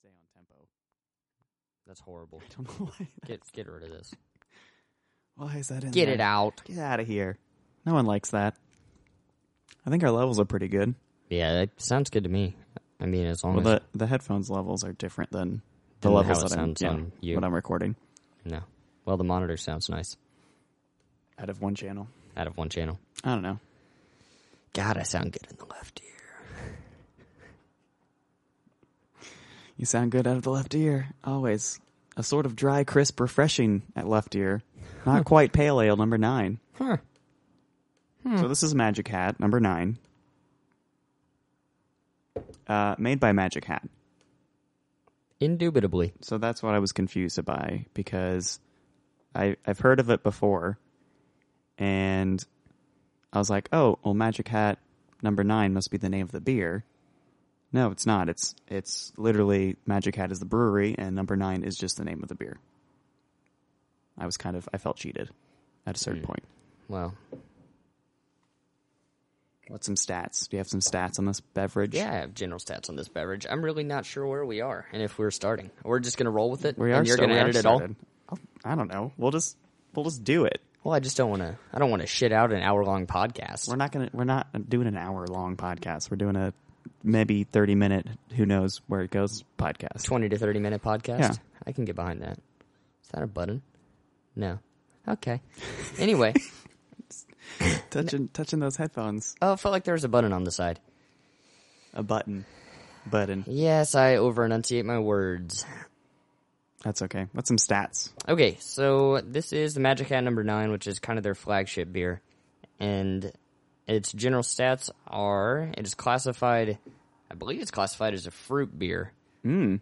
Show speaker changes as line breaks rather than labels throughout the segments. stay on tempo.
That's horrible.
I don't know why.
Get get rid of this.
Why is that in
Get
there?
it out.
Get out of here. No one likes that. I think our levels are pretty good.
Yeah, that sounds good to me. I mean, as long
Well,
as
the the headphones levels are different than the
Than how
levels
it
that I'm,
sounds
yeah,
on you.
what I'm recording
no. Well, the monitor sounds nice
out of one channel.
out of one channel.
I don't know.
God, I sound good in the left ear.
You sound good out of the left ear. Always a sort of dry, crisp, refreshing at left ear. Not quite pale ale number nine.
Huh.
So this is Magic Hat number nine, uh, made by Magic Hat.
Indubitably.
So that's what I was confused by because I I've heard of it before, and I was like, oh, well, Magic Hat number nine must be the name of the beer. No, it's not. It's it's literally Magic Hat is the brewery, and number nine is just the name of the beer. I was kind of I felt cheated at a certain point.
Well,
What's some stats? Do you have some stats on this beverage?
yeah, I have general stats on this beverage. I'm really not sure where we are and if we're starting. We're just going to roll with it.
we are.
and you're
still-
gonna
we are
edit it all.
started. I'll- I don't know. We'll just we'll just do it.
Well, I just don't want to. I don't want to shit out an hour long podcast.
We're not gonna. We're not doing an hour long podcast. We're doing a maybe thirty minute. Who knows where it goes? Podcast.
Twenty to thirty minute podcast.
Yeah.
I can get behind that. Is that a button? No. Okay. Anyway,
Touching touching those headphones.
oh, it felt like there was a button on the side.
A button. Button.
Yes, I over enunciate my words.
That's okay. What's some stats?
Okay, so this is the Magic Hat number nine, which is kind of their flagship beer, and its general stats are: it is classified, I believe, it's classified as a fruit beer, mm.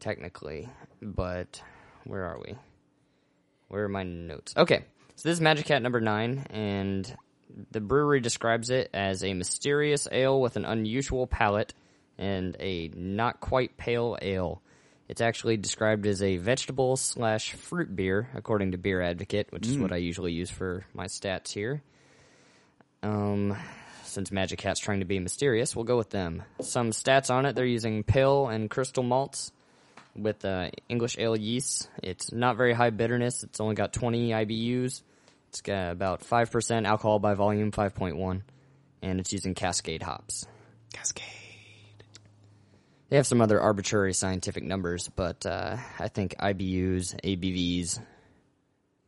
technically. But where are we? Where are my notes? Okay, so this is Magic Hat number nine, and the brewery describes it as a mysterious ale with an unusual palate and a not quite pale ale. It's actually described as a vegetable slash fruit beer, according to Beer Advocate, which is what I usually use for my stats here. Um, since Magic Hat's trying to be mysterious, we'll go with them. Some stats on it: they're using pale and crystal malts with uh, English ale yeast. It's not very high bitterness. It's only got 20 IBUs. It's got about 5% alcohol by volume, 5.1, and it's using Cascade hops.
Cascade.
They have some other arbitrary scientific numbers, but uh, I think IBUs, ABVs.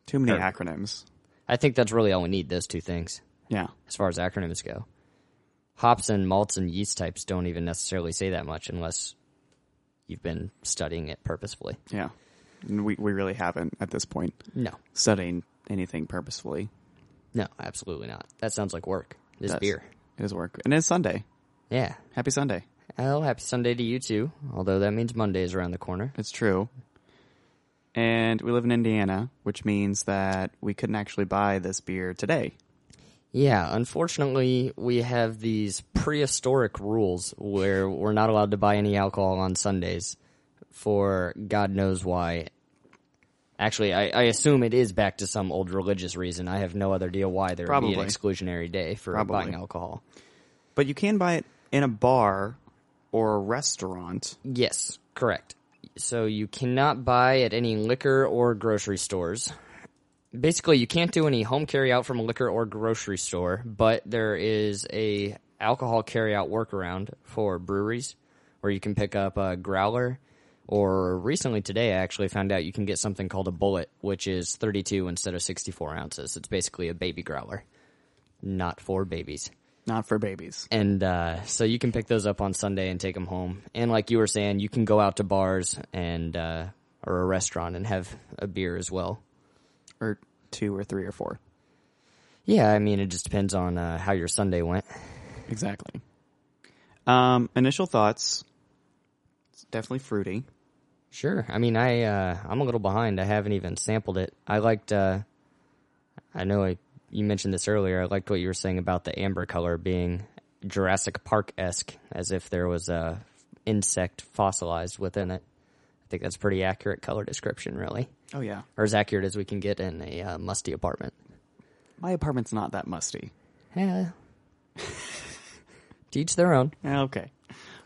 Too many
Sure.
acronyms.
I think that's really all we need. Those two things,
Yeah.
as far as acronyms go. Hops and malts and yeast types don't even necessarily say that much unless you've been studying it purposefully.
Yeah. And We we really haven't at this point
No,
studying anything purposefully.
no, absolutely not. That sounds like work. This
That's-
beer.
It is work, and it's Sunday.
Yeah.
Happy Sunday.
Well, happy Sunday to you too. Although that means Monday is around the corner.
It's true. And we live in Indiana, which means that we couldn't actually buy this beer today.
Yeah, unfortunately, we have these prehistoric rules where we're not allowed to buy any alcohol on Sundays for God knows why. Actually, I, I assume it is back to some old religious reason. I have no other idea why there would be
Probably.
an exclusionary day for
Probably.
buying alcohol.
But you can buy it in a bar or a restaurant.
Yes, correct. So you cannot buy at any liquor or grocery stores. Basically, you can't do any home carry out from a liquor or grocery store, but there is a alcohol carry out workaround for breweries where you can pick up a growler or recently today I actually found out you can get something called a bullet, which is 32 instead of 64 ounces. It's basically a baby growler, not for babies
Not for babies.
and uh, so you can pick those up on Sunday and take them home. And like you were saying, you can go out to bars and uh, or a restaurant and have a beer as well.
Or two or three or four.
Yeah, I mean, it just depends on uh, how your Sunday went.
Exactly. Um, initial thoughts. It's definitely fruity.
Sure. I mean, I uh, I'm a little behind. I haven't even sampled it. I liked. Uh, I know I, you mentioned this earlier. I liked what you were saying about the amber color being Jurassic Park esque, as if there was a insect fossilized within it. I think that's a pretty accurate color description, really.
Oh yeah.
or as accurate as we can get in a uh, musty apartment.
My apartment's not that musty.
Yeah. to each their own.
Okay.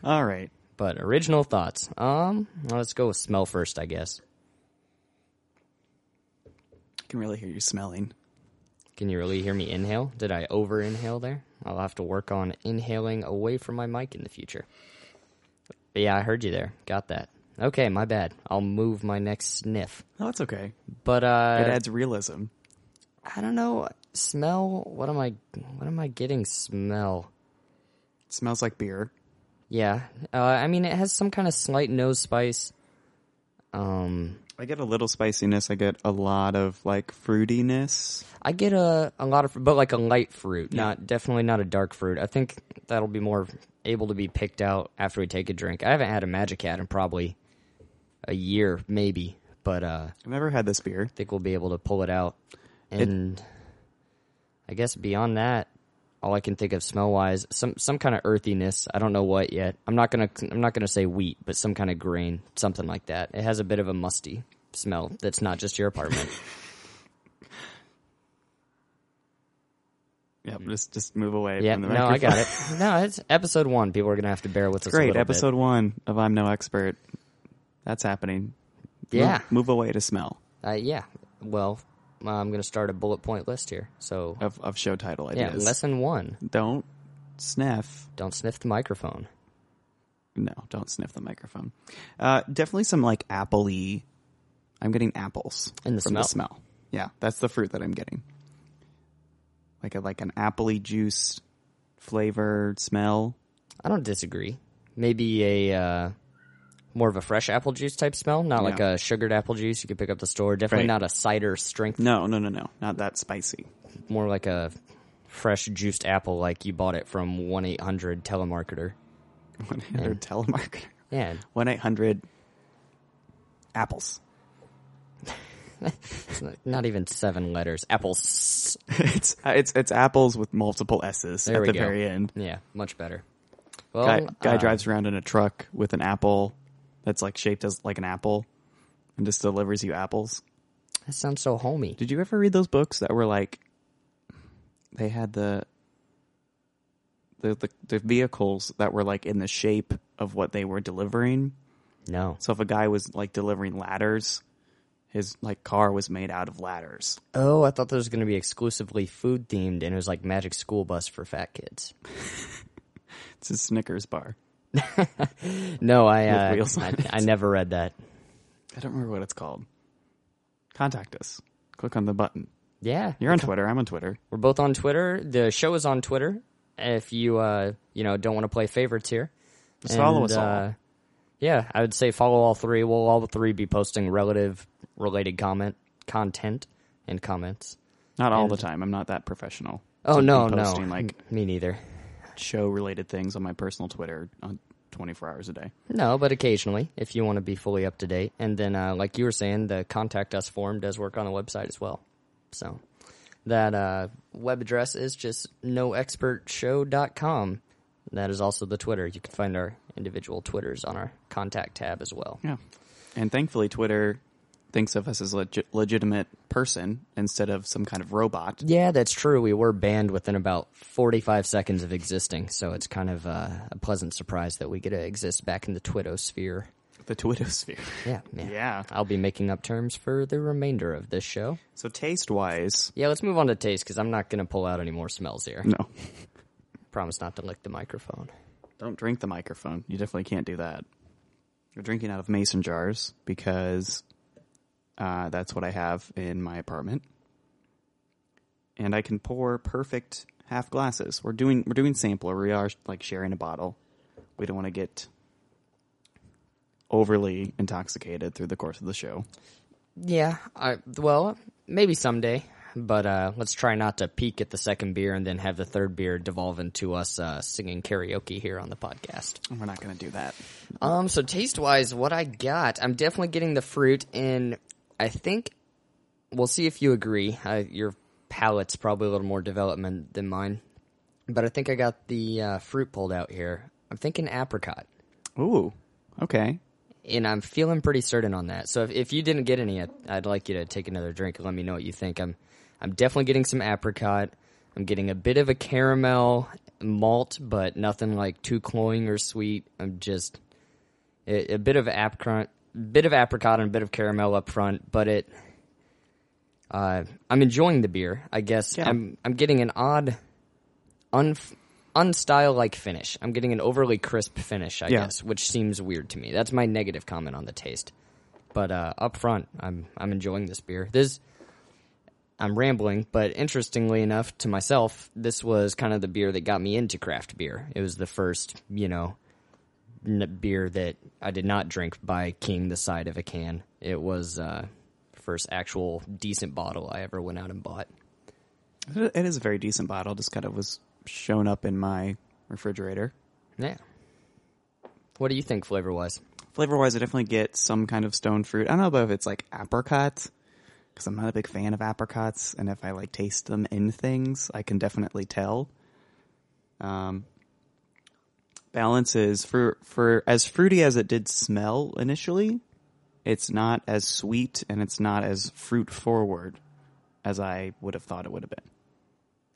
All right.
But original thoughts. Um, well, let's go with smell first, I guess.
I can really hear you smelling.
Can you really hear me inhale? Did I over inhale there? I'll have to work on inhaling away from my mic in the future. But yeah, I heard you there. Got that. Okay, my bad. I'll move my next sniff.
No, that's okay.
But
It
uh,
adds realism.
I don't know. Smell. What am I? What am I getting? Smell.
smells like beer.
Yeah. Uh, I mean, it has some kind of slight nose spice. Um,
I get a little spiciness. I get a lot of like fruitiness.
I get a a lot of, but like a light fruit, not definitely not a dark fruit. I think that'll be more able to be picked out after we take a drink. I haven't had a Magic Hat in probably a year, maybe, but uh, I
I've never had this beer.
think we'll be able to pull it out. And I guess beyond that, all I can think of smell wise, some some kind of earthiness. I don't know what yet. I'm not gonna I'm not gonna say wheat, but some kind of grain, something like that. It has a bit of a musty smell that's not just your apartment.
Yeah, just just move away.
Yeah,
from the
no, I got
microphone.
it. No, it's episode one. People are gonna have to bear with us. a
Great
little
episode one of I'm No Expert. That's happening.
Bit. Yeah,
move, move away to smell
uh, yeah. Well, I'm gonna start a bullet point list here. So
of of show title
yeah,
ideas.
lesson one:
don't sniff.
don't sniff the microphone.
No, don't sniff the microphone. Uh, definitely some like appley. I'm getting apples
In the
from
smell?
the smell. Yeah, that's the fruit that I'm getting. Like a like an appley juice flavor smell.
I don't disagree. Maybe a uh, more of a fresh apple juice type smell, not like
Yeah.
a sugared apple juice you could pick up at the store. Definitely
Right.
not a cider strength.
No, no, no, no, not that spicy.
More like a fresh juiced apple, like you bought it from one eight hundred telemarketer.
One eight hundred
Mm.
telemarketer.
Yeah,
One eight hundred apples.
it's not- not even seven letters. Apples.
it's uh, it's it's apples with multiple S's
There
at
we
the
go.
very end.
Yeah, much better. Well,
Guy, guy
uh,
drives around in a truck with an apple that's like shaped as like an apple, and just delivers you apples.
That sounds so homey.
Did you ever read those books that were like they had the the the, the vehicles that were like in the shape of what they were delivering?
No.
So if a guy was like delivering ladders, his like car was made out of ladders.
Oh, I thought there was going to be exclusively food themed, and it was like Magic School Bus for fat kids.
It's a Snickers bar.
No, I uh,
With wheels on
I,
it.
I never read that.
I don't remember what it's called. Contact us. Click on the button.
Yeah,
You're on Twitter. I'm on Twitter.
we're both on Twitter. The show is on Twitter. If you uh, you know don't want to play favorites here,
Just follow
And,
us all.
uh, yeah, I would say follow all three. We'll all three be posting relative related comment content and comments.
Not all the time. I'm not that professional.
Oh
I've
no,
been
no,
posting like
me neither.
show related things on my personal Twitter on 24 hours a day.
No, but occasionally, if you want to be fully up to date. And then, uh, like you were saying, the contact us form does work on the website as well. So that uh, web address is just noexpertshow.com. That is also the Twitter. You can find our individual Twitters on our contact tab as well.
Yeah. And thankfully, Twitter thinks of us as a legi- legitimate person instead of some kind of robot.
Yeah, that's true. We were banned within about 45 seconds of existing, so it's kind of uh, a pleasant surprise that we get to exist back in the Twittosphere.
The Twittosphere.
Yeah, yeah.
Yeah.
I'll be making up terms for the remainder of this show.
So, taste wise,
Yeah, let's move on to taste because I'm not going to pull out any more smells here.
no.
Promise not to lick the microphone.
Don't drink the microphone. You definitely can't do that. You're drinking out of mason jars because uh, that's what I have in my apartment, and I can pour perfect half glasses. We're doing we're doing sampler. We are like sharing a bottle. We don't want to get overly intoxicated through the course of the show.
Yeah, I, well, maybe someday, but uh, let's try not to peek at the second beer and then have the third beer devolve into us uh, singing karaoke here on the podcast.
We're not going to do that.
Um, so taste wise, what I got, I'm definitely getting the fruit, and I think we'll see if you agree. Uh, your palate's probably a little more development than mine, but I think I got the uh, fruit pulled out here. I'm thinking apricot.
Ooh, okay.
and I'm feeling pretty certain on that. So if, if you didn't get any, I'd, I'd like you to take another drink and let me know what you think. I'm I'm definitely getting some apricot. I'm getting a bit of a caramel malt, but nothing like too cloying or sweet. I'm just It, a bit of apricot, bit of apricot, and a bit of caramel up front, but it. Uh, I'm enjoying the beer. I guess
Yeah.
I'm. I'm getting an odd, un, unstyle like finish. I'm getting an overly crisp finish. I
Yeah.
guess, which seems weird to me. That's my negative comment on the taste. But uh, up front, I'm. I'm enjoying this beer. This. I'm rambling, but interestingly enough to myself, this was kind of the beer that got me into craft beer. It was the first, you know, n- beer that I did not drink by king the side of a can. It was uh first actual decent bottle I ever went out and bought.
It it is a very decent bottle. Just kind of was shown up in my refrigerator.
Yeah. What do you think flavor wise?
Flavor wise, I definitely get some kind of stone fruit. I don't know about if it's like apricots, because I'm not a big fan of apricots, and if I like taste them in things, I can definitely tell. Um, balance is for for as fruity as it did smell initially, it's not as sweet and it's not as fruit forward as I would have thought it would have been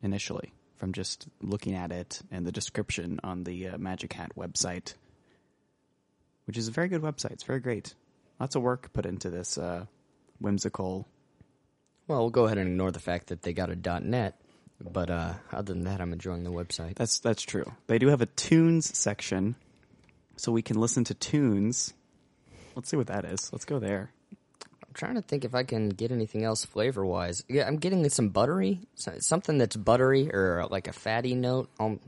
initially from just looking at it and the description on the uh, Magic Hat website which is a very good website. It's very great. Lots of work put into this uh, whimsical.
Well, we'll go ahead and ignore the fact that they got a .net, but uh other than that I'm enjoying the website.
That's that's true. They do have a tunes section, so we can listen to tunes. Let's see what that is. Let's go there.
I'm trying to think if I can get anything else flavor wise. Yeah, I'm getting some buttery, so- something that's buttery or uh, like a fatty note. Um,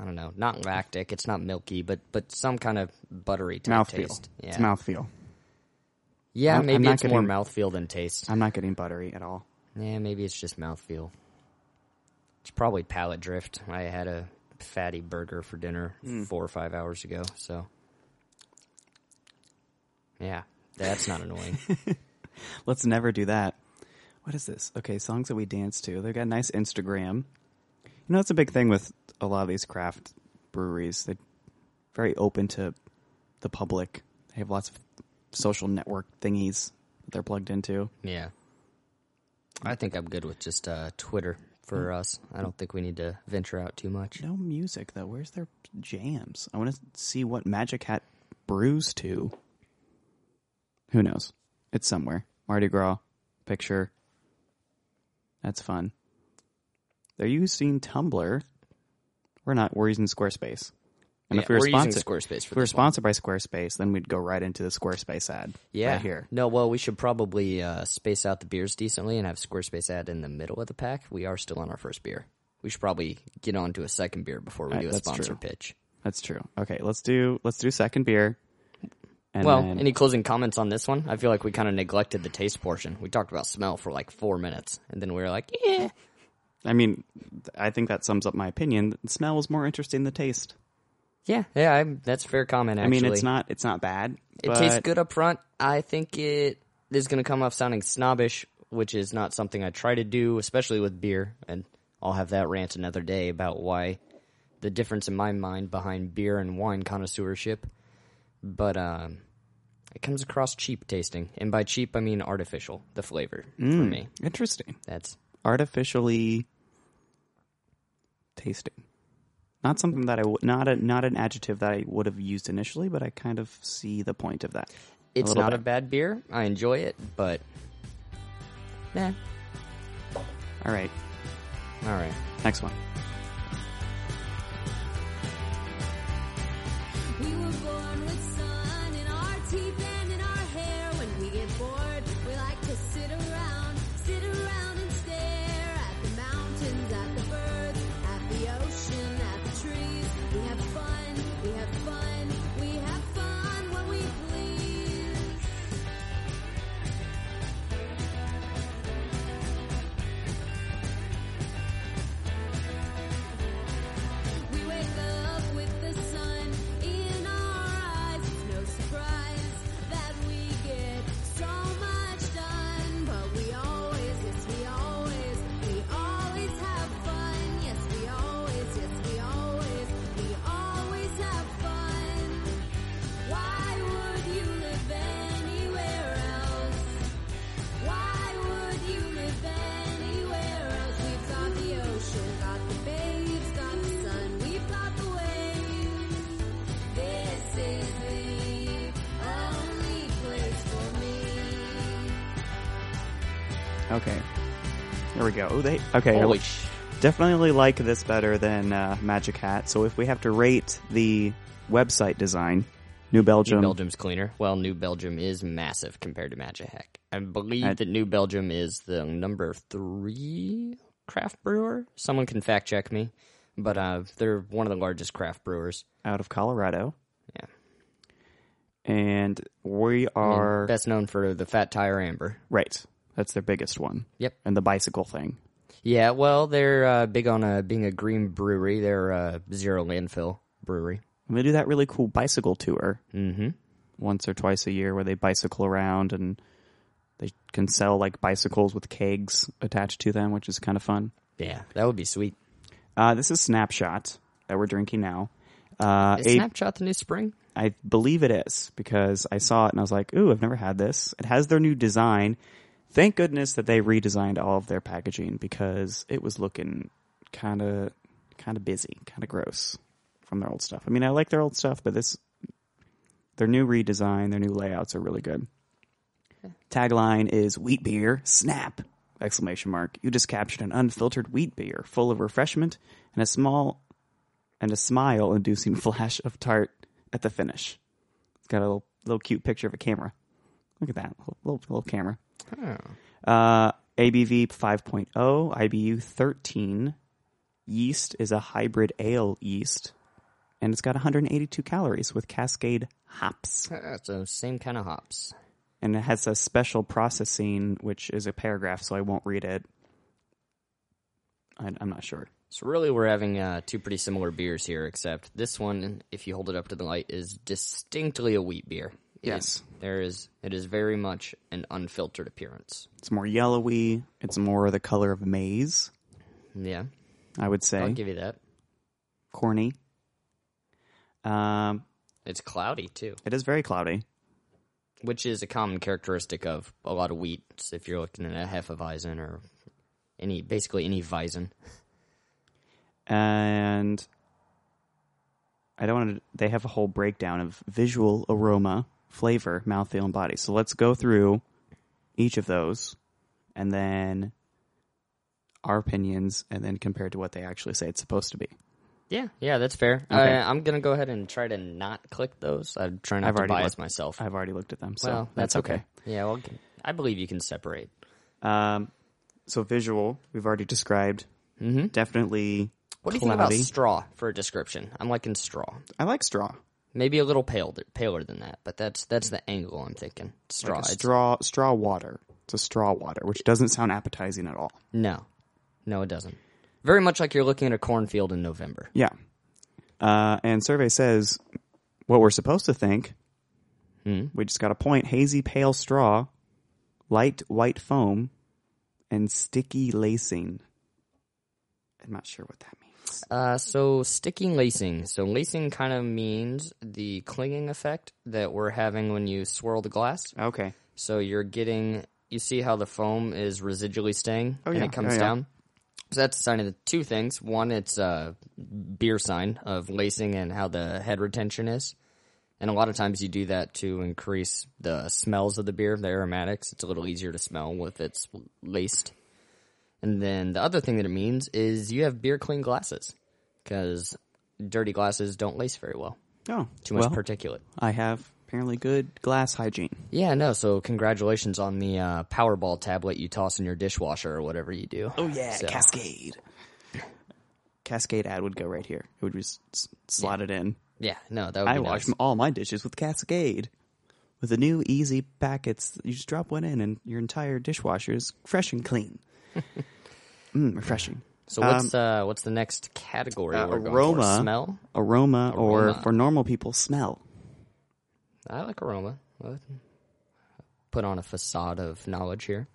I don't know, not lactic. It's not milky, but but some kind of buttery type
Mouthfeel.
taste. Yeah,
It's mouthfeel.
yeah,
I'm- I'm
maybe
not
it's more
getting-
mouthfeel than taste.
I'm not getting buttery at all.
yeah, maybe it's just mouthfeel. It's probably palate drift. I had a fatty burger for dinner four or five hours ago, so yeah, that's not annoying.
Let's never do that. What is this? Okay, songs that we dance to. They've got a nice Instagram. You know, it's a big thing with a lot of these craft breweries. They're very open to the public. They have lots of social network thingies that they're plugged into.
Yeah. I think I'm good with just uh, Twitter for us. I don't think we need to venture out too much.
No music, though. Where's their jams? I want to see what Magic Hat brews to. Who knows? It's somewhere. Mardi Gras, picture. That's fun. They're using Tumblr. We're not. We're using Squarespace. And if we were
are
sponsored,
using Squarespace for
if we were
this one.
sponsored by Squarespace, then we'd go right into the Squarespace ad.
Yeah.
right here.
No, well, we should probably uh, space out the beers decently and have Squarespace ad in the middle of the pack. We are still on our first beer. We should probably get on to a second beer before we
Right,
do a
that's
sponsor
true.
pitch.
That's true. Okay, let's do let's do second beer. And
Well,
then-
any closing comments on this one? I feel like we kind of neglected the taste portion. We talked about smell for like four minutes, and then we were like, "Yeah,
I mean, I think that sums up my opinion. The smell was more interesting than taste.
yeah, yeah." I, that's a fair comment. Actually,
I mean, it's not it's not bad.
It tastes good up front. I think it is going to come off sounding snobbish, which is not something I try to do, especially with beer. And I'll have that rant another day about why the difference in my mind behind beer and wine connoisseurship. But um, it comes across cheap tasting, and by cheap I mean artificial. The flavor for
Mm.
me,
Interesting.
that's
Artificially tasting. Not something that I would not a not an adjective that I would have used initially, but I kind of see the point of that.
it's
little
not a
bit.
bad beer. I enjoy it, but nah.
All right,
All right.
next one.
We were born with sun in our teeth and in our hair. When we get bored, we like to sit around, sit around and stare at the mountains, at the birds, at the ocean, at the trees. We have fun, we have fun, we have fun when we please. We wake up with the sun in our
Okay. There we go. Oh, they okay. I
Holy sh-
definitely like this better than uh, Magic Hat. So if we have to rate the website design, New Belgium,
New Belgium's cleaner. Well, New Belgium is massive compared to Magic Hack. I believe
I-
that New Belgium is the number three craft brewer. Someone can fact check me, but uh, they're one of the largest craft brewers.
out of Colorado,
Yeah,
and we
And
are
best known for the Fat Tire Amber.
right. That's their biggest one.
Yep.
And the bicycle thing.
Yeah, well, they're uh, big on uh, being a green brewery. They're uh, zero landfill brewery.
And they do that really cool bicycle tour mm-hmm. once or twice a year where they bicycle around and they can sell like bicycles with kegs attached to them, which is kind of fun.
Yeah, that would be sweet.
Uh, this is Snapshot that we're drinking now. Uh,
Is
a-
Snapshot the new spring?
I believe it is because I saw it and I was like, ooh, I've never had this. It has their new design. Thank goodness that they redesigned all of their packaging because it was looking kind of kind of busy, kind of gross from their old stuff. I mean, I like their old stuff, but this their new redesign, their new layouts are really good. Tagline is wheat beer, snap! Exclamation mark. You just captured an unfiltered wheat beer full of refreshment and a small and a smile inducing flash of tart at the finish. It's got a little, little cute picture of a camera. Look at that little, little, little camera. Uh, ABV 5.0, IBU 13. Yeast is a hybrid ale yeast, and it's got 182 calories with Cascade hops
Uh, so same kind of hops.
and it has a special processing, which is a paragraph, so I won't read it. I, I'm not sure.
So really, we're having uh, two pretty similar beers here, except this one, if you hold it up to the light, is distinctly a wheat beer. It-
Yes.
there is. It is very much an unfiltered appearance.
It's more yellowy. It's more the color of maize,
Yeah,
I would say.
I'll give you that.
Corny. Um,
It's cloudy too,
it is very cloudy.
which is a common characteristic of a lot of wheats. If you're looking at a hefeweizen or any, basically any weizen.
and I don't want to. They have a whole breakdown of visual, aroma, flavor, mouthfeel, and body. So let's go through each of those, and then our opinions, and then compared to what they actually say it's supposed to be.
Yeah, yeah, that's fair.
Okay.
Uh, I'm gonna go ahead and try to not click those. I'm trying not
I've
to
already
bias
looked-
myself.
I've already looked at them, so
well,
that's, okay.
Yeah, well, I believe you can separate.
Um, so visual, we've already described. Mm-hmm. Definitely.
What do you
cloudy.
think about straw for a description? I'm liking straw.
I like straw.
Maybe a little pale, paler than that, but that's that's the angle I'm thinking. Straw.
Like a
It's-
straw, straw water. It's a straw water, which doesn't sound appetizing at all.
no, no, it doesn't. Very much like you're looking at a cornfield in November.
Yeah. Uh, and survey says what we're supposed to think.
Hmm.
We just got a point. Hazy pale straw, light white foam, and sticky lacing. I'm not sure what that means.
Uh, so sticking lacing. So lacing kind of means the clinging effect that we're having when you swirl the glass.
Okay.
So you're getting, you see how the foam is residually staying and
Oh, yeah.
it comes
Yeah, yeah.
down. So that's a sign of the two things. One, it's a beer sign of lacing and how the head retention is. And a lot of times you do that to increase the smells of the beer, the aromatics. It's a little easier to smell if it's laced. And then the other thing that it means is you have beer clean glasses because dirty glasses don't lace very well.
Oh,
Too much
well,
particulate.
I have apparently good glass hygiene.
Yeah, no. So congratulations on the uh, Powerball tablet you toss in your dishwasher or whatever you do. Oh so,
Cascade. Cascade ad would go right here. It would just s- slot it in.
yeah, no, that would
I
be
wash
nice.
m all my dishes with Cascade. With the new easy packets, you just drop one in and your entire dishwasher is fresh and clean. mm, refreshing.
So what's uh, what's the next category?
um, Uh,
we're going
aroma.
for? smell.
Aroma, or
Aroma.
for normal people, smell.
I like aroma. Well, Put on a facade of knowledge here.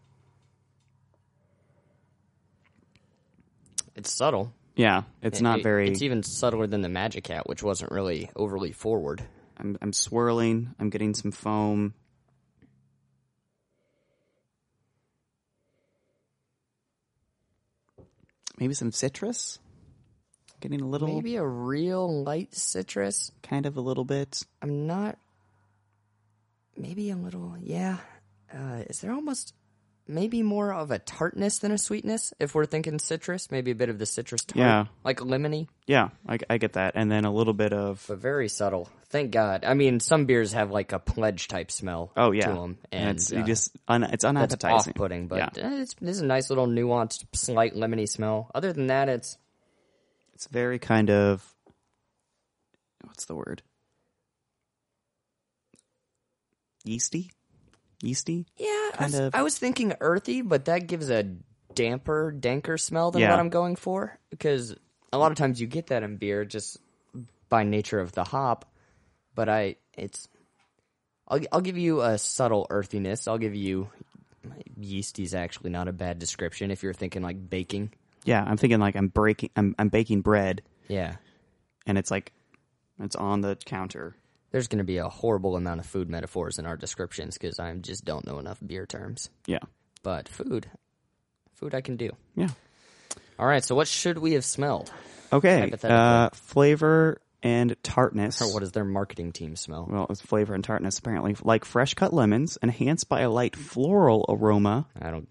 It's subtle.
Yeah, it's not
It-
very.
It's e- even subtler than the Magic Hat, which wasn't really overly forward.
I'm, I'm swirling. I'm getting some foam. Maybe some citrus. Getting a little,
Maybe a real light citrus.
kind of a little bit.
I'm not. Maybe a little, yeah. Uh, is there almost maybe more of a tartness than a sweetness. If we're thinking citrus, maybe a bit of the citrus tart,
Yeah.
like lemony,
Yeah, I, I get that. And then a little bit of
but very subtle. Thank God. I mean, some beers have like a pledge type smell.
oh yeah,
to them, and,
it's you
uh,
just un, it's
that's
unappetizing.
off-putting, but
yeah.
eh, it's, this is a nice little nuanced, slight lemony smell. Other than that, it's
it's very kind of what's the word? Yeasty, yeasty.
yeah. I
Kind
was,
of-
I was thinking earthy, but that gives a damper, danker smell than
Yeah.
what I'm going for because a lot of times you get that in beer just by nature of the hop. But I, it's, I'll I'll give you a subtle earthiness. I'll give you yeasty is actually not a bad description if you're thinking like baking.
Yeah, I'm thinking like I'm breaking, I'm, I'm baking bread,
Yeah.
and it's like it's on the counter.
There's going to be a horrible amount of food metaphors in our descriptions because I just don't know enough beer terms.
Yeah,
But food, food I can do.
yeah.
All right, so what should we have smelled?
Okay,
Hypothetical.
uh, flavor and tartness.
Or what does their marketing team smell?
well, it's flavor and tartness apparently, like fresh cut lemons, enhanced by a light floral aroma.
I don't.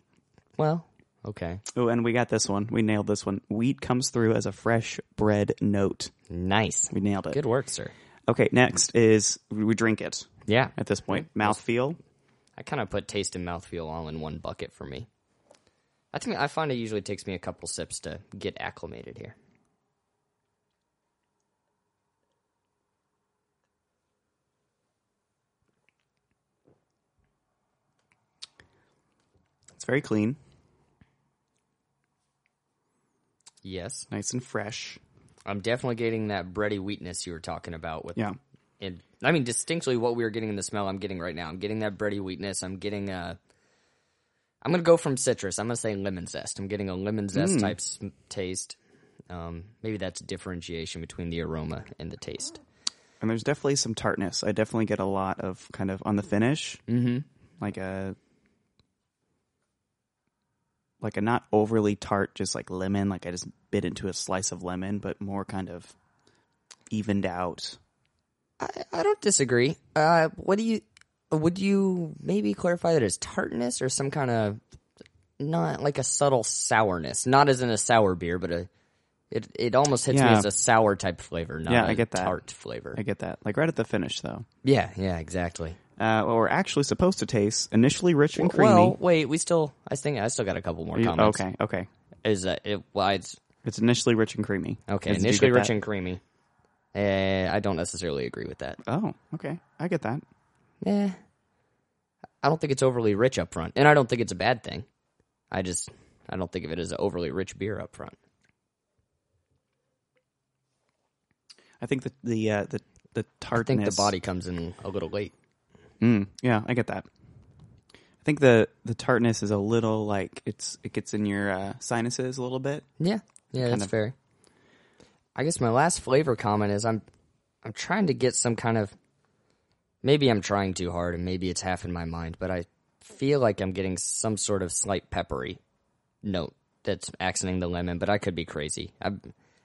Well, okay,
Oh, and we got this one. We nailed this one. Wheat comes through as a fresh bread note.
nice,
We nailed it.
good work, sir.
Okay, next is we drink it
Yeah,
at this point. Mouthfeel.
I kind of put taste and mouthfeel all in one bucket for me. I think I find it usually takes me a couple sips to get acclimated here.
It's very clean,
Yes,
nice and fresh.
I'm definitely getting that bready wheatness you were talking about with
Yeah.
and I mean distinctly what we were getting in the smell I'm getting right now. I'm getting that bready wheatness. I'm getting a. I'm gonna go from citrus. I'm gonna say lemon zest. I'm getting a lemon zest type s- taste. Um, maybe that's differentiation between the aroma and the taste.
And there's definitely some tartness. I definitely get a lot of kind of on the finish. Mm-hmm. Like a like a not overly tart, just like lemon. Like I just bit into a slice of lemon, but more kind of evened out.
I, I don't disagree. Uh, what do you? Would you maybe clarify that as tartness or some kind of not like a subtle sourness? Not as in a sour beer, but a it it almost hits me
Yeah.
as a sour type flavor, not
Yeah,
I
I get that.
tart flavor.
I get that. Like right at the finish, though.
yeah, yeah, exactly.
Uh, what we're actually supposed to taste initially rich and creamy.
Well, wait, we still. I think I still got a couple more
You-
comments.
okay, okay.
Is that it? Well, it's
It's initially rich and creamy.
okay.
Is- did you
initially
get
rich
that?
and creamy. Eh, I don't necessarily agree with that.
Oh, okay. I get that.
Eh, I don't think it's overly rich up front, and I don't think it's a bad thing. I just I don't think of it as an overly rich beer up front.
I think the the uh, the the
I
tartness.
think the body comes in a little late.
Mm, yeah, I get that. I think the the tartness is a little like it's it gets in your uh, sinuses a little bit.
Yeah, yeah, that's
of-
fair. I guess my last flavor comment is I'm I'm trying to get some kind of maybe I'm trying too hard and maybe it's half in my mind, but I feel like I'm getting some sort of slight peppery note that's accenting the lemon, but I could be crazy. I'm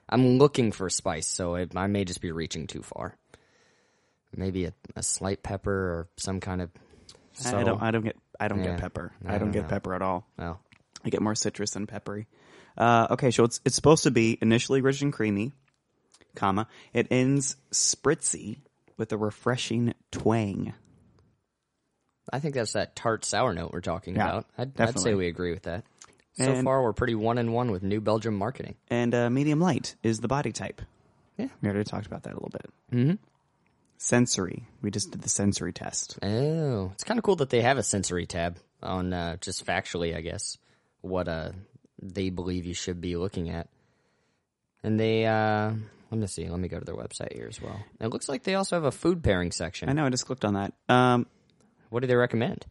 I'm looking for spice, so I, I may just be reaching too far. Maybe a, a slight pepper or some kind of
I-
subtle.
I don't I don't get I don't
Yeah.
get pepper.
I
I, don't
don't
get
know.
pepper at all.
well,
I get more citrus than peppery. Uh, okay, so it's it's supposed to be initially rich and creamy, comma. It ends spritzy with a refreshing twang.
I think that's that tart sour note we're talking
Yeah,
about. I'd, I'd
definitely.
say we agree with that. So
And-
far, we're pretty one and one with New Belgium marketing.
And uh, medium light is the body type.
Yeah.
We already talked about that a little bit. Mm-hmm. Sensory. We just did the sensory test.
Oh, it's kind of cool that they have a sensory tab on uh, just factually, I guess, what uh, they believe you should be looking at. And they, uh, let me see, let me go to their website here as well. It looks like they also have a food pairing
I
section.
know. I just clicked on that. Um,
What do they recommend?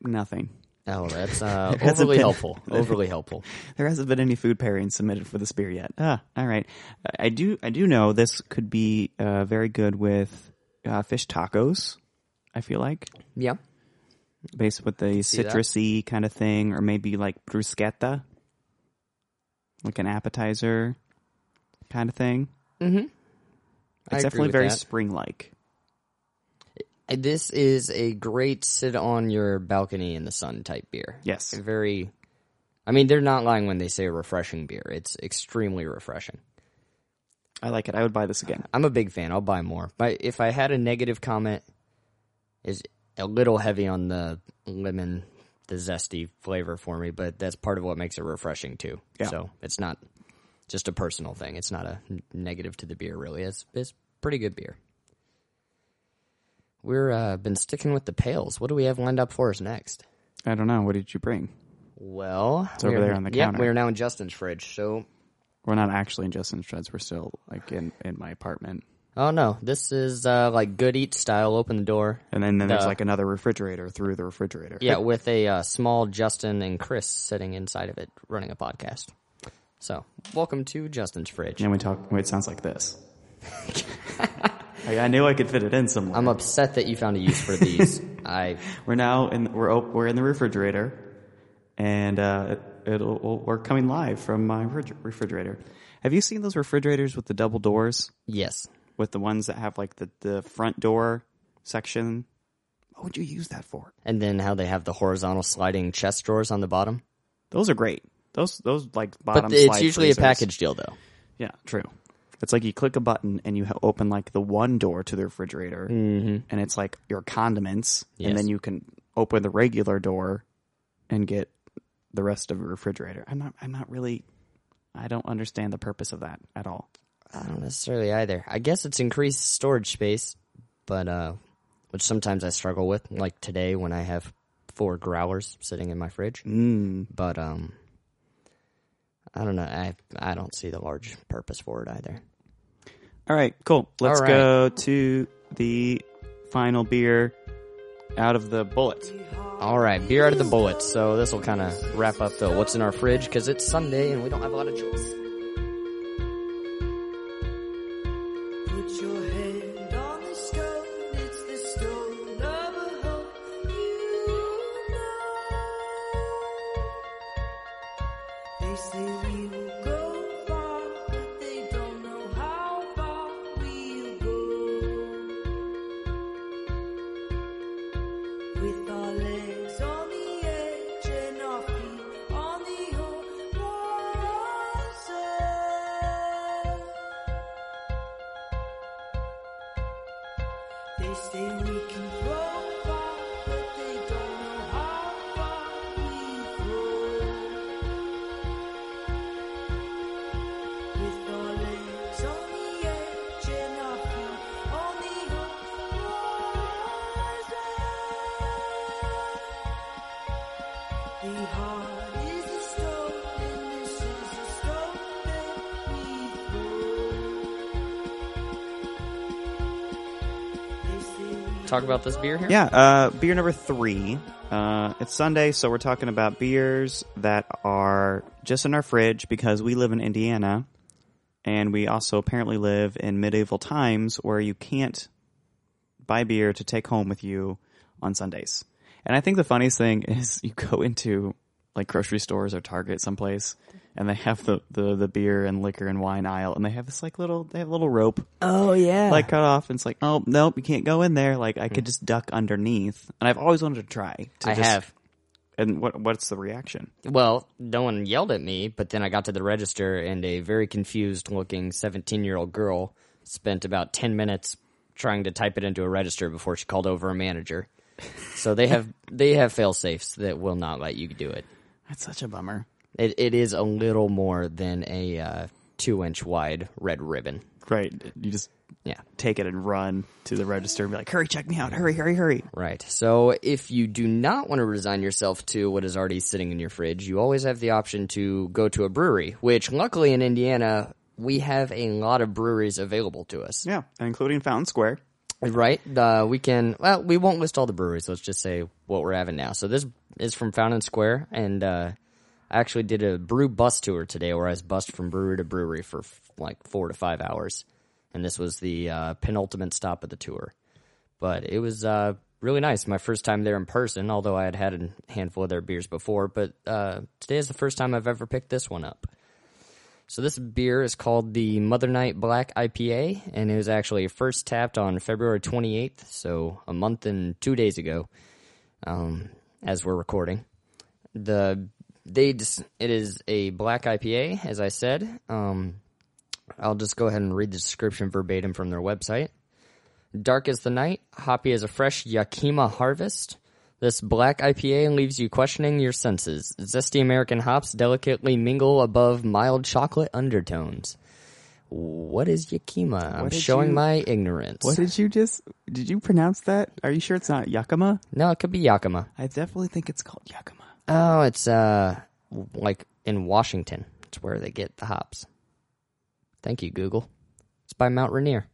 nothing.
Oh, that's uh,
hasn't
overly
been-
helpful. Overly helpful.
There hasn't been any food pairing submitted for this beer yet. Ah, all right. I- I do. I do know this could be uh, very good with uh, fish tacos. I feel like
Yeah.
based with the
see that.
citrusy kind of thing, or maybe like bruschetta, like an appetizer kind of thing.
Mm-hmm.
It's definitely very spring like.
This is a great sit on your balcony in the sun type beer.
Yes.
A very, I mean, they're not lying when they say a refreshing beer. It's extremely refreshing.
I like it. I would buy this again.
I'm a big fan. I'll buy more. But if I had a negative comment, is a little heavy on the lemon, the zesty flavor for me. But that's part of what makes it refreshing too.
Yeah.
So it's not just a personal thing. It's not a n- negative to the beer really. It's it's pretty good beer. We're uh, been sticking with the pails. What do we have lined up for us next?
I don't know. What did you bring?
Well, it's
over there on the counter.
we are now in Justin's fridge. So,
We're not actually in Justin's Shreds. We're still like in, in my apartment.
oh no, this is uh, like good eat style. Open the door,
And then, then there's
Duh.
like another refrigerator through the refrigerator.
Yeah, with a uh, small Justin and Chris sitting inside of it running a podcast. So, welcome to Justin's Fridge.
And we talk. It sounds like this. I, I knew I could fit it in somewhere.
I'm upset that you found a use for these. I
we're now in. We're op- we're in the refrigerator, and uh, it, it'll we'll- we're coming live from my refrig- refrigerator. Have you seen those refrigerators with the double doors?
yes,
With the ones that have like the the front door section. What would you use that for?
and then how they have the horizontal sliding chest drawers on the bottom.
Those are great. Those those like
But
bottom.
it's
slide
usually
freezers.
a package deal, though.
Yeah, true. It's like you click a button and you ha- open like the one door to the refrigerator, and it's like your condiments,
Mm-hmm. Yes.
and then you can open the regular door and get the rest of the refrigerator. I'm not. I'm not really. I don't understand the purpose of that at all.
I don't necessarily either. I guess it's increased storage space, but uh, which sometimes I struggle with, like today when I have four growlers sitting in my fridge. Mm. But um, I don't know. I I don't see the large purpose for it either.
All right, cool. Let's
right.
go to the final beer out of the bullet.
All right, beer out of the bullets. So this will kind of wrap up the what's in our fridge because it's Sunday and we don't have a lot of choice.
Put your hand on the stone, it's the stone of a hope you know. They say you go far, but they don't know how far we'll go. With our legs on the edge and our feet on the horizon. They say we can go far, but they don't know how far we go. With our legs on the edge and our feet on the horizon. The heart is a stone, and this is a stone that we throw. They say we
Talk about this beer here.
Yeah, uh, beer number three. Uh, it's Sunday, so we're talking about beers that are just in our fridge because we live in Indiana, and we also apparently live in medieval times where you can't buy beer to take home with you on Sundays. And I think the funniest thing is you go into like grocery stores or Target someplace, and they have the, the, the beer and liquor and wine aisle, and they have this like little they have a little rope
Oh yeah.
like cut off and it's like oh nope you can't go in there like i could just duck underneath and i've always wanted to try to
I
just-
have.
and what what's the reaction
Well, no one yelled at me, but then I got to the register and a very confused looking 17 year old girl spent about 10 minutes trying to type it into a register before she called over a manager. So they have they have fail safes that will not let you do it.
that's such a bummer
It it is a little more than a uh, two inch wide red ribbon.
right you just
Yeah.
take it and run to the register and be like hurry check me out hurry hurry hurry
Right. So if you do not want to resign yourself to what is already sitting in your fridge, you always have the option to go to a brewery, which luckily in Indiana, we have a lot of breweries available to us.
yeah including fountain square
Right? Uh, we can, well, we won't list all the breweries. Let's just say what we're having now. So this is from Fountain Square, and uh, I actually did a brew bus tour today where I was bussed from brewery to brewery for f- like four to five hours. And this was the uh, penultimate stop of the tour. But it was uh, really nice. My first time there in person, although I had had a handful of their beers before. But uh, today is the first time I've ever picked this one up. So this beer is called the Mother Night Black IPA, and it was actually first tapped on February 28th, so a month and two days ago, um, as we're recording. The they dis- it is a black IPA, as I said. Um, I'll just go ahead and read the description verbatim from their website. Dark as the night, hoppy as a fresh Yakima harvest. This black IPA leaves you questioning your senses. Zesty American hops delicately mingle above mild chocolate undertones. What is Yakima? I'm
What did
showing
you-
my ignorance.
What did you just? Did you pronounce that? Are you sure it's not Yakima?
No, it could be Yakima.
I definitely think it's called Yakima.
Oh, it's uh like in Washington. It's where they get the hops. Thank you, Google. It's by Mount Rainier.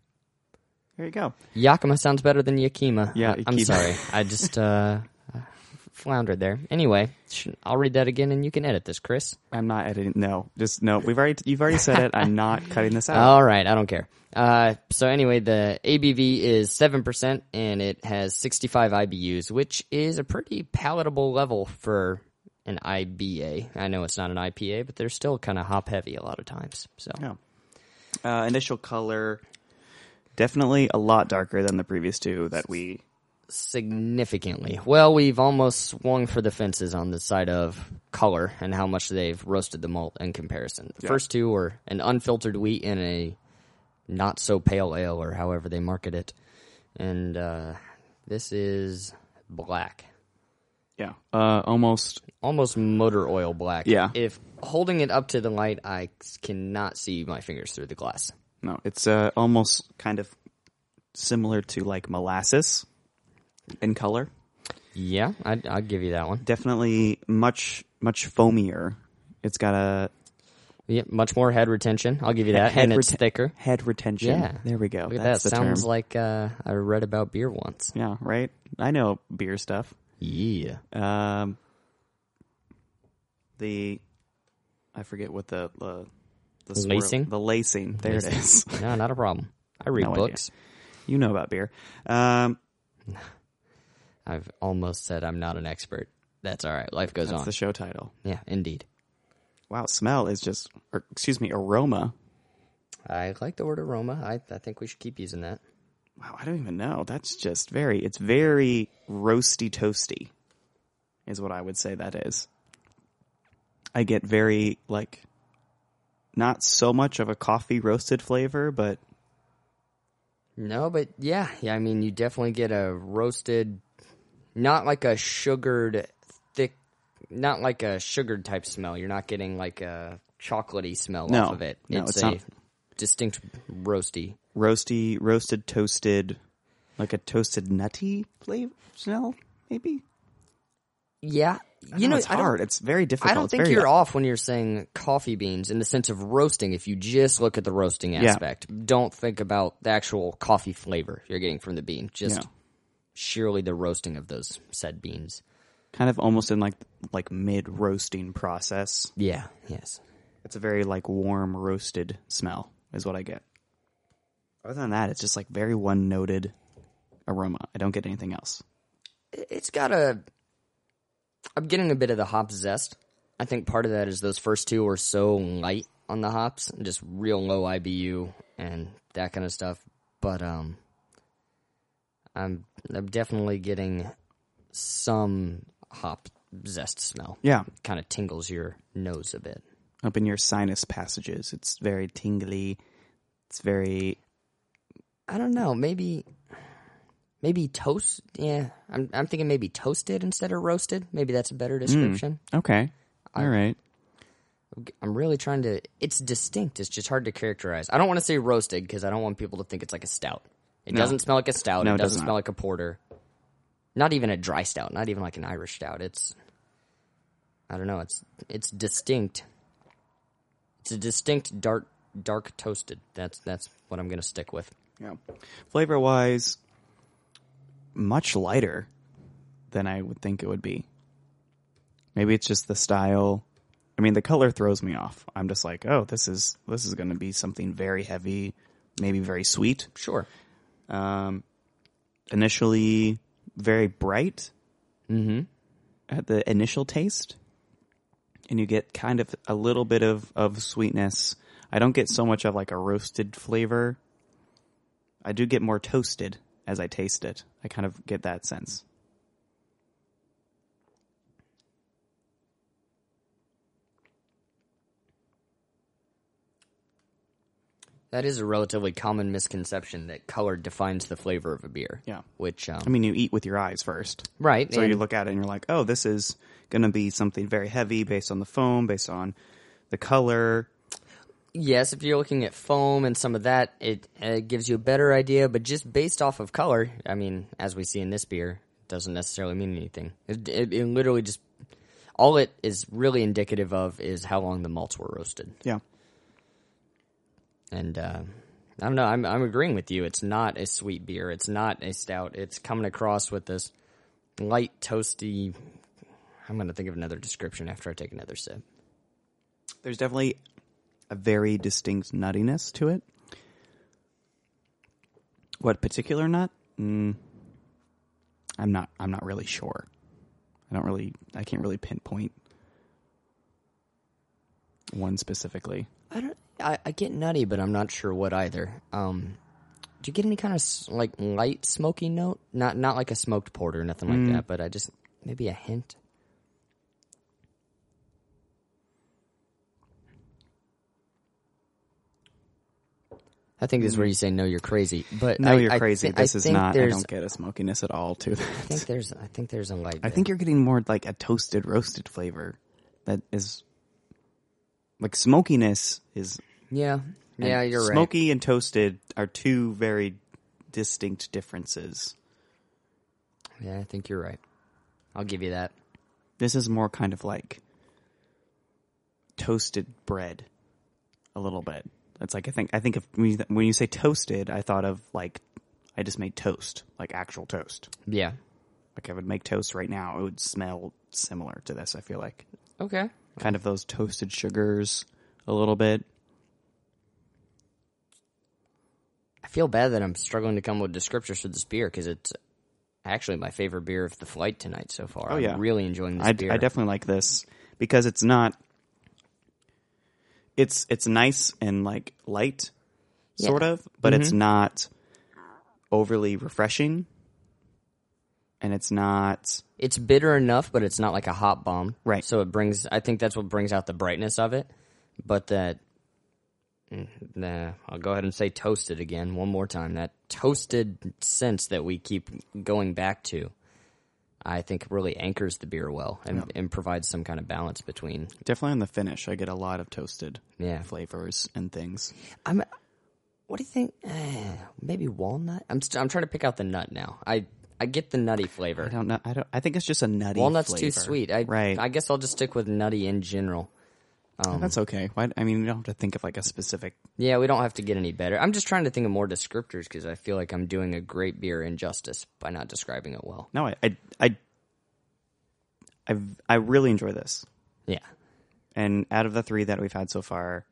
There you go.
Yakima sounds better than Yakima.
Yeah,
I- I'm
Yakima.
sorry. I just uh, floundered there. Anyway, sh- I'll read that again, and you can edit this, Chris.
I'm not editing. No, just no. We've already you've already said it. I'm not cutting this out.
All right, I don't care. Uh, so anyway, the ABV is seven percent, and it has 65 IBUs, which is a pretty palatable level for an IBA. I know it's not an IPA, but they're still kind of hop heavy a lot of times. So
No. Uh, initial color, definitely a lot darker than the previous two that we.
significantly. Well, we've almost swung for the fences on the side of color and how much they've roasted the malt in comparison. The
Yeah.
first two were an unfiltered wheat and a not so pale ale, or however they market it. And uh, this is black,
Yeah. Uh, almost.
almost motor oil black.
Yeah.
If holding it up to the light, I c- cannot see my fingers through the glass.
No, it's uh, almost kind of similar to like molasses in color.
Yeah, I'd, I'd give you that one.
Definitely much much foamier. It's got a
Yeah, much more head retention. I'll give you that, and it's
reten-
thicker.
Head retention.
Yeah.
There we go.
Look at
That's
that.
the
Sounds
term.
like uh, I read about beer once.
yeah, right? I know beer stuff.
Yeah.
Um, the I forget what the the, the swirl-
Lacing?
the lacing. There it is.
No, not a problem. I read
No idea.
books.
you know about beer. Um,
I've almost said I'm not an expert. That's all right. Life goes
that's
on.
the show title.
yeah, indeed.
Wow, smell is just, or excuse me, aroma.
I like the word aroma. I, I think we should keep using that.
Wow, I don't even know. That's just very. It's very roasty toasty, is what I would say that is. I get very like, not so much of a coffee roasted flavor, but
No, but yeah, yeah. I mean, you definitely get a roasted, not like a sugared thick, not like a sugared type smell. You're not getting like a chocolatey smell
No.
off of it.
No,
it's,
it's
a
not.
distinct roasty.
roasty, roasted, toasted, like a toasted nutty flavor smell, maybe.
Yeah,
I
you know,
it's
I don't-
hard. It's very difficult.
I don't
It's
think
very-
you're off when you're saying coffee beans in the sense of roasting. If you just look at the roasting aspect, don't think about the actual coffee flavor you're getting from the bean. Just
Yeah.
surely the roasting of those said beans.
kind of almost in like like mid roasting process.
Yeah. Yes.
It's a very like warm roasted smell is what I get. Other than that, it's just like very one noted aroma. I don't get anything else.
I- It's got a. I'm getting a bit of the hop zest. I think part of that is those first two were so light on the hops, just real low IBU and that kind of stuff. But um, I'm I'm definitely getting some hop zest smell.
Yeah.
kind of tingles your nose a bit.
Up in your sinus passages, it's very tingly. It's very
I don't know. Maybe, maybe toast. Yeah, I'm I'm thinking maybe toasted instead of roasted. Maybe that's a better description.
okay. All right.
I'm really trying to. It's distinct. It's just hard to characterize. I don't want to say roasted because I don't want people to think it's like a stout. It doesn't smell like a stout.
No,
it
it does
doesn't
not.
smell like a porter. Not even a dry stout. Not even like an Irish stout. It's. I don't know. It's it's distinct. It's a distinct dark dark toasted. That's that's what I'm gonna stick with.
Yeah. Flavor wise, much lighter than I would think it would be. Maybe it's just the style. I mean, the color throws me off. I'm just like, oh, this is this is going to be something very heavy, maybe very sweet.
Sure.
um, initially very bright mm-hmm. at the initial taste, and you get kind of a little bit of, of sweetness, I don't get so much of like a roasted flavor. I do get more toasted as I taste it. I kind of get that sense.
That is a relatively common misconception that color defines the flavor of a beer.
Yeah.
Which, um,
I mean, you eat with your eyes first.
right.
So
and-
you look at it and you're like, oh, this is going to be something very heavy based on the foam, based on the color.
yes, if you're looking at foam and some of that, it uh, gives you a better idea. But just based off of color, I mean, as we see in this beer, it doesn't necessarily mean anything. It, it, it literally just all it is really indicative of is how long the malts were roasted.
Yeah.
And uh, I don't know. I'm I'm agreeing with you. It's not a sweet beer. It's not a stout. It's coming across with this light toasty. I'm gonna think of another description after I take another sip.
There's definitely a very distinct nuttiness to it. What particular nut? Mm, I'm not. I'm not really sure. I don't really. I can't really pinpoint one specifically.
I don't. I, I get nutty, but I'm not sure what either. Um, do you get any kind of s- like light smoky note? Not not like a smoked porter, or nothing
Mm.
like that. But I just maybe a hint. I think this is where you say no, you're crazy. But
Mm. No,
I-
you're
I
crazy.
thi- I
this is
think
not. I
there's-
don't get a smokiness at all to
I
that.
think there's. I think there's a light.
I think you're getting more like a toasted, roasted flavor. That is like smokiness is
Yeah.
And
Yeah, you're right.
Smoky and toasted are two very distinct differences.
Yeah, I think you're right. I'll give you that.
This is more kind of like toasted bread, a little bit. That's like I think I think of when you, when you say toasted, I thought of like I just made toast, like actual toast.
Yeah.
Like I would make toast right now, it would smell similar to this. I feel like
Okay.
kind of those toasted sugars a little bit.
I feel bad that I'm struggling to come up with descriptors for this beer because it's actually my favorite beer of the flight tonight so far.
Oh, yeah.
I'm really enjoying this
I,
beer.
I definitely like this because it's not. It's it's nice and like light, sort of, but
Mm-hmm.
it's not overly refreshing, and it's not
it's bitter enough, but it's not like a hot bomb,
Right.
So it brings. I think that's what brings out the brightness of it. But that, mm, nah, I'll go ahead and say toasted again one more time. That toasted sense that we keep going back to, I think, really anchors the beer well and, and provides some kind of balance between
definitely on the finish. I get a lot of toasted
Yeah.
flavors and things.
I'm. What do you think? Eh, maybe walnut. I'm. St- I'm trying to pick out the nut now. I. I get the nutty flavor.
I don't know. I don't. I think it's just a nutty.
Walnut's too
flavor.
sweet. I,
right.
I guess I'll just stick with nutty in general.
Um, That's okay. Why, I mean, you don't have to think of like a specific.
Yeah, we don't have to get any better. I'm just trying to think of more descriptors because I feel like I'm doing a great beer injustice by not describing it well.
No, I, I, I, I, I really enjoy this.
Yeah.
and out of the three that we've had so far,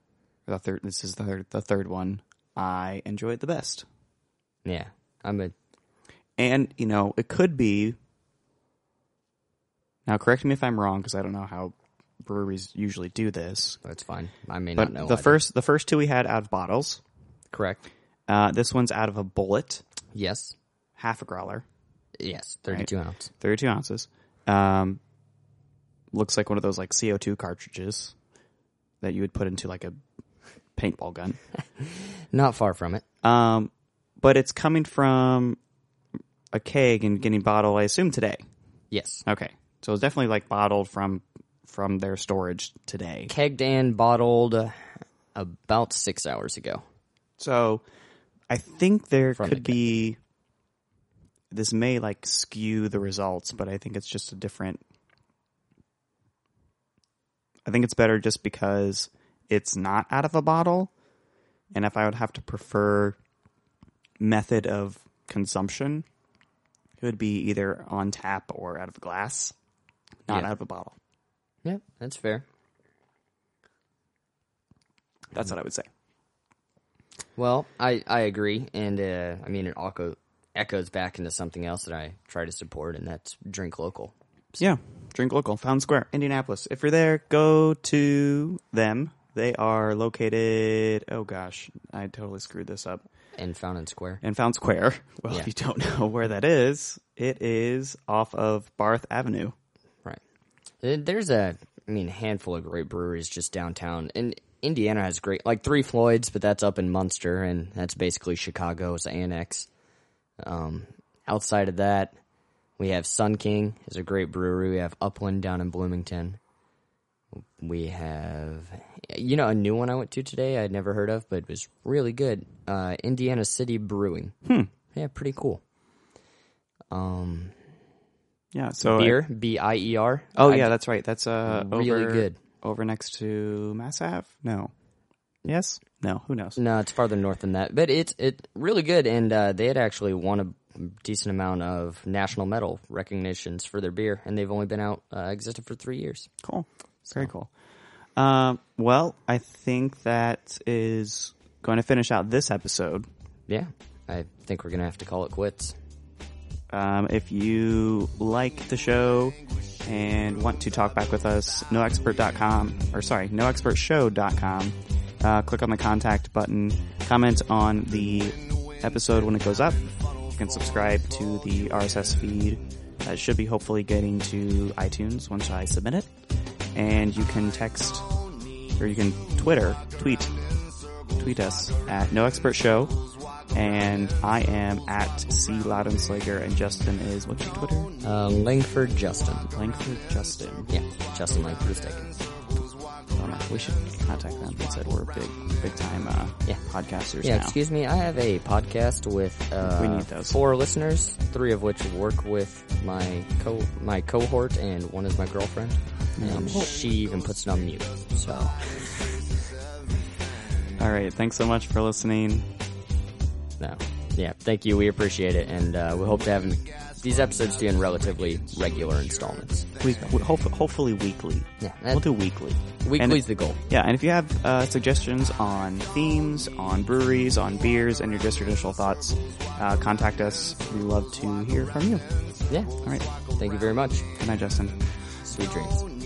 the third this is the third the third one. I enjoy it the best,
Yeah. I'm a.
and you know it could be. Now, correct me if I'm wrong because I don't know how breweries usually do this.
That's fine. I may not
But
know.
the
either.
first the first two we had out of bottles.
Correct.
Uh, this one's out of a bullet,
Yes.
half a growler,
Yes. 32 ounce.
thirty two ounces. Um, looks like one of those like CO two cartridges that you would put into like a paintball gun.
Not far from it.
Um, but it's coming from a keg and getting bottled, I assume today.
Yes.
Okay, so it's definitely like bottled from from their storage today.
Kegged and bottled uh, about six hours ago.
So I think there
From
could
the keg.
be this may like skew the results, but I think it's just a different. I think it's better just because it's not out of a bottle, and if I would have to prefer method of consumption, it would be either on tap or out of a glass, not
Yeah.
out of a bottle.
Yeah, that's fair.
That's what I would say.
Well, I, I agree, and uh, I mean it echo, echoes back into something else that I try to support, and that's drink local.
Yeah, drink local. Found Square, Indianapolis. If you're there, go to them. They are located. Oh gosh, I totally screwed this up.
in Fountain Square.
And Found Square. Well,
Yeah.
if you don't know where that is, it is off of Barth Avenue.
Right. There- There's a, I mean, handful of great breweries just downtown, and Indiana has great, like Three Floyds, but that's up in Munster, and that's basically Chicago's annex. Um, outside of that, we have Sun King is a great brewery. We have Upland down in Bloomington. We have, you know, a new one I went to today I'd never heard of, but it was really good. Uh, Indiana City Brewing. Hmm. Yeah, pretty cool. Um,
Yeah. So
beer, B I E R.
oh
I-
yeah, that's right. That's uh
Really
over,
good.
over next to Mass Ave. No. Yes. No. Who knows?
No, it's farther north than that, but it's it really good, and uh, they had actually won a decent amount of national medal recognitions for their beer, and they've only been out uh, existed for three years.
Cool. Very cool. Um, well, I think that is going to finish out this episode.
Yeah, I think we're gonna have to call it quits.
Um, if you like the show and want to talk back with us, noexpert.com, or sorry, noexpertshow.com. Uh, click on the contact button, comment on the episode when it goes up. You can subscribe to the RSS feed. That should be hopefully getting to iTunes once I submit it. And you can text, or you can Twitter, tweet, tweet us at noexpertshow. And I am at C Loudenslager and Justin is, what's your Twitter?
Uh, Langford Justin.
Langford Justin.
Yeah, Justin Langford is taken.
Oh, no, we should contact them. They said we're big, big time uh,
Yeah.
podcasters
Yeah,
now.
excuse me. I have a podcast with uh,
We need those.
four listeners, three of which work with my co my cohort, and one is my girlfriend, and she even puts it on mute. So.
All right. Thanks so much for listening.
No. Yeah, thank you. We appreciate it, and uh, we hope to have these episodes to you in relatively regular installments.
We, we, hope, hopefully weekly.
Yeah, that-
We'll do weekly. And-
Weekly's the goal.
Yeah, and if you have uh, suggestions on themes, on breweries, on beers, and your just initial thoughts, uh, contact us. We love to hear from you.
Yeah.
All right.
Thank you very much.
Good night, Justin.
Sweet dreams.